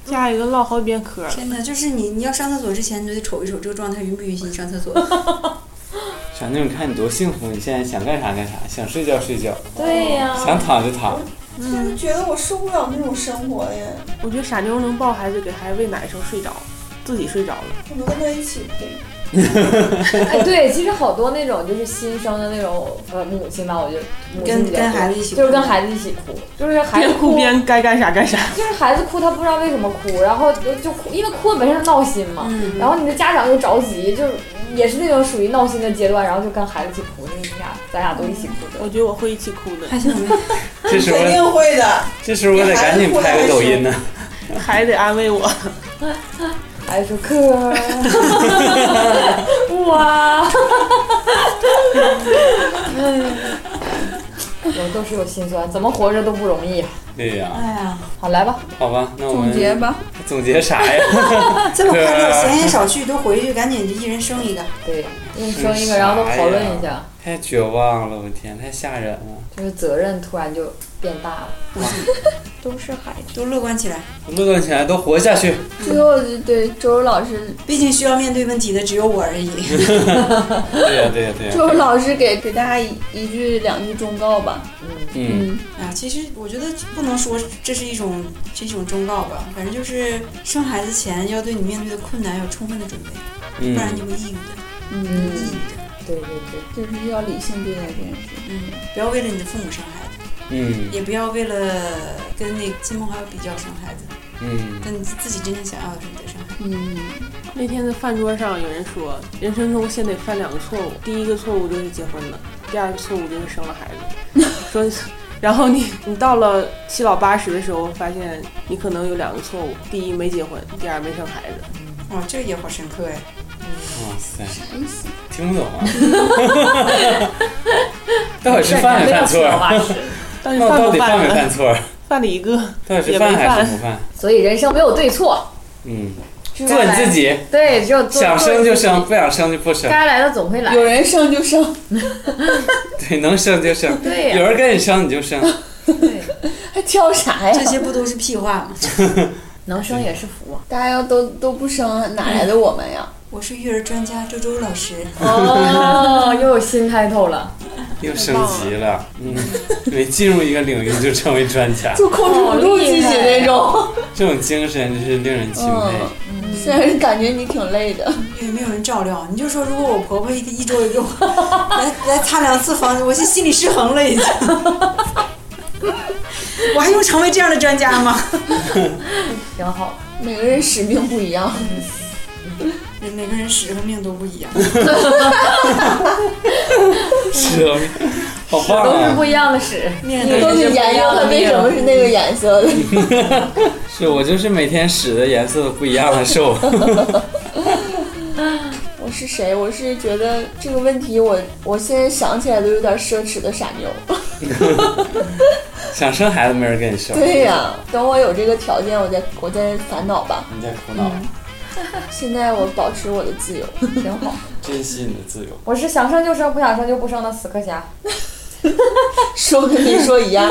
[SPEAKER 7] 下一个唠好几遍嗑儿，
[SPEAKER 2] 真的就是你，你要上厕所之前你就得瞅一瞅这个状态允不允许你上 厕所。
[SPEAKER 3] 小妞，你看你多幸福，你现在想干啥干啥，想睡觉睡觉，
[SPEAKER 6] 对呀、
[SPEAKER 5] 嗯
[SPEAKER 3] 想躺就 躺。
[SPEAKER 5] 就是觉得我受不了那种生活呀，
[SPEAKER 7] 我觉得傻妞能抱孩子给孩子喂奶的时候睡着，自己睡着了。
[SPEAKER 5] 我能跟他一起陪。
[SPEAKER 6] 哎，对，其实好多那种就是新生的那种呃母亲吧，我觉得母亲
[SPEAKER 2] 跟
[SPEAKER 6] 比较
[SPEAKER 2] 跟
[SPEAKER 6] 多
[SPEAKER 2] 孩子一起
[SPEAKER 6] 就是跟
[SPEAKER 2] 哭
[SPEAKER 6] 孩子一起哭，就是孩子
[SPEAKER 7] 边哭边该干啥干啥。
[SPEAKER 6] 就是孩子哭，他不知道为什么哭，然后就就哭，因为哭本身是闹心嘛，
[SPEAKER 2] 嗯
[SPEAKER 6] 然后你的家长又着急，就是也是那种属于闹心的阶段，然后就跟孩子一起哭，那你俩咱俩都一起哭
[SPEAKER 7] 我
[SPEAKER 6] 的。
[SPEAKER 7] 觉得我会一起哭的，
[SPEAKER 2] 还想没？
[SPEAKER 3] 这时候
[SPEAKER 5] 肯，定会的，
[SPEAKER 3] 这时候我得赶紧拍个抖音呢。
[SPEAKER 7] 孩子得安慰我。
[SPEAKER 6] 孩子 说哥儿，哇，
[SPEAKER 2] 哎
[SPEAKER 6] 我都是有心酸，怎么活着都不容易啊。
[SPEAKER 3] 对呀、
[SPEAKER 2] 哎 呀，
[SPEAKER 6] 好，来吧，
[SPEAKER 3] 好吧，那我们
[SPEAKER 5] 总结吧。
[SPEAKER 3] 总结啥呀？
[SPEAKER 2] 这么快乐，闲言少叙，都回去赶紧一人生一个。
[SPEAKER 6] 对，一生一个，然后都讨论一下，
[SPEAKER 3] 太绝望了，我天，太吓人了。
[SPEAKER 6] 就是责任突然就变大了。
[SPEAKER 5] 都是孩 子。
[SPEAKER 2] 都乐观起来，
[SPEAKER 3] 乐观起来，都活下去。
[SPEAKER 5] 最后对周周老师，
[SPEAKER 2] 毕竟需要面对问题的只有我而已。
[SPEAKER 3] 对呀、对呀、对呀、
[SPEAKER 5] 周周老师给给大家一一句两句忠告吧。
[SPEAKER 3] 嗯，
[SPEAKER 5] 嗯，
[SPEAKER 2] 啊，其实我觉得不能说这是一种这是一种忠告吧，反正就是生孩子前要对你面对的困难有充分的准备，不
[SPEAKER 3] 嗯
[SPEAKER 2] 然你会抑郁的，
[SPEAKER 5] 嗯，
[SPEAKER 2] 抑郁的。
[SPEAKER 6] 对对对，
[SPEAKER 5] 就是要理性对待这件事。
[SPEAKER 2] 嗯，不要为了你的父母生孩子，
[SPEAKER 3] 嗯
[SPEAKER 2] 也不要为了跟那亲朋好友比较生孩子，
[SPEAKER 3] 嗯，
[SPEAKER 2] 跟自己真正想要的什么得生孩子。
[SPEAKER 5] 嗯，
[SPEAKER 7] 那天在饭桌上有人说，人生中先得犯两个错误，第一个错误就是结婚了，第二个错误就是生了孩子。 说，然后你你到了七老八十的时候，发现你可能有两个错误：第一没结婚，第二没生孩子。
[SPEAKER 2] 哇，哦这个也好深刻呀！哎
[SPEAKER 3] 哇塞，
[SPEAKER 5] 啥意思？
[SPEAKER 3] 听不 懂啊。到底是犯没犯错？啊
[SPEAKER 7] 到底
[SPEAKER 3] 那我
[SPEAKER 7] 犯
[SPEAKER 3] 到
[SPEAKER 7] 不
[SPEAKER 3] 底
[SPEAKER 7] 犯
[SPEAKER 3] 犯没
[SPEAKER 7] 了？
[SPEAKER 3] 犯错？啊
[SPEAKER 7] 犯了一个，
[SPEAKER 3] 到底是
[SPEAKER 7] 也没
[SPEAKER 3] 犯还
[SPEAKER 7] 犯
[SPEAKER 3] 是不犯？
[SPEAKER 6] 所以人生没有对错，
[SPEAKER 3] 嗯，做你自己，
[SPEAKER 6] 对，只有啊做
[SPEAKER 3] 想生就，
[SPEAKER 6] 做
[SPEAKER 3] 生，不想生就不
[SPEAKER 6] 自己
[SPEAKER 3] 生。
[SPEAKER 6] 该来的总会来
[SPEAKER 5] 有。人生就生，
[SPEAKER 3] 对，能生就生。
[SPEAKER 6] 对呀
[SPEAKER 3] 有人跟你生你就生，
[SPEAKER 6] 对，
[SPEAKER 5] 还挑啥呀
[SPEAKER 2] 这？些不都是屁话吗？
[SPEAKER 6] 能生也是福。啊
[SPEAKER 5] 大家要都都不生，哪来的我们呀？
[SPEAKER 2] 我是育儿专家周周老师，
[SPEAKER 6] 哦， 又有新开头了，
[SPEAKER 3] 又升级了，嗯，每进入一个领域就成为专家，
[SPEAKER 5] 就控制不住自己那种。
[SPEAKER 3] 这种精神真是令人钦佩。
[SPEAKER 6] 嗯
[SPEAKER 5] 虽然感觉你挺累的，
[SPEAKER 2] 因为没有人照料。你就说，如果我婆婆一一周给我来来擦两次房子，我是心理失衡了已经。我还用成为这样的专家吗？
[SPEAKER 6] 挺好。
[SPEAKER 5] 每个人使命不一样。
[SPEAKER 2] 每每个人使用命都不一样。
[SPEAKER 3] 是啊，好棒
[SPEAKER 6] 都是
[SPEAKER 3] 啊！
[SPEAKER 6] 不一样的屎，
[SPEAKER 2] 面
[SPEAKER 5] 你都是颜色的，为什么是那个颜色的？
[SPEAKER 3] 是我就是每天使的颜色不一样的 兽，
[SPEAKER 5] 我是谁？我是觉得这个问题我，我现在想起来都有点奢侈的傻妞。
[SPEAKER 3] 想生孩子没人跟你生，
[SPEAKER 5] 对呀、等我有这个条件，我再我再烦恼吧。
[SPEAKER 3] 你在苦恼，
[SPEAKER 6] 嗯
[SPEAKER 5] 现在我保持我的自由，挺好。
[SPEAKER 3] 珍惜你的自由。
[SPEAKER 6] 我是想生就生，不想生就不生的死磕侠。
[SPEAKER 5] 说跟你说一 样，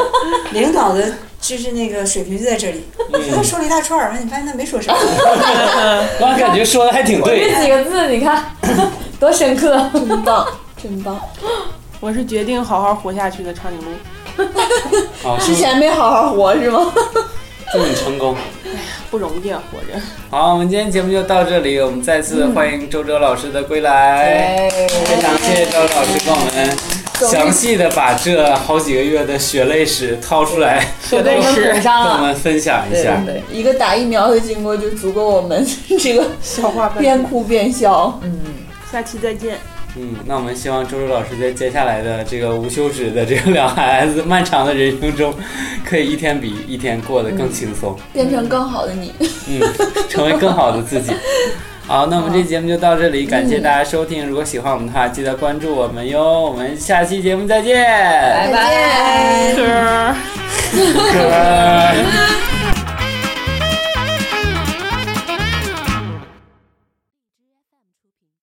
[SPEAKER 2] 领导的就是那个水平就在这里。他
[SPEAKER 3] 嗯，
[SPEAKER 2] 说了一大串儿，你发现他没说啥。
[SPEAKER 3] 我感觉说的还挺对。
[SPEAKER 6] 这几个字，你看 多深刻。
[SPEAKER 5] 真棒，真棒。
[SPEAKER 7] 我是决定好好活下去的长颈鹿。
[SPEAKER 3] 好，祝
[SPEAKER 5] 之前没好好活是吗？
[SPEAKER 3] 祝你成功。
[SPEAKER 7] 不容易啊，活着。
[SPEAKER 3] 好，我们今天节目就到这里，我们再次欢迎周周老师的归来。
[SPEAKER 6] 哎
[SPEAKER 3] 非常谢谢周周老师跟我们详细的把这好几个月的血泪史掏出来，
[SPEAKER 6] 血泪史
[SPEAKER 3] 跟我们分享一下。
[SPEAKER 6] 对，
[SPEAKER 5] 一个打疫苗的经过就足够我们 这个
[SPEAKER 7] 笑话吧，
[SPEAKER 5] 边哭边笑。
[SPEAKER 7] 下期再见。
[SPEAKER 3] 嗯，那我们希望周周老师在接下来的这个无休止的这个两孩子漫长的人生中，可以一天比一天过得更轻松，
[SPEAKER 5] 变成更好的你，
[SPEAKER 3] 嗯， 成为更好的自己。好，那我们这节目就到这里，感谢大家收听。如果喜欢我们的话，记得关注我们哟。我们下期节目再见，
[SPEAKER 6] 拜拜。
[SPEAKER 7] 歌儿。
[SPEAKER 3] 拜拜。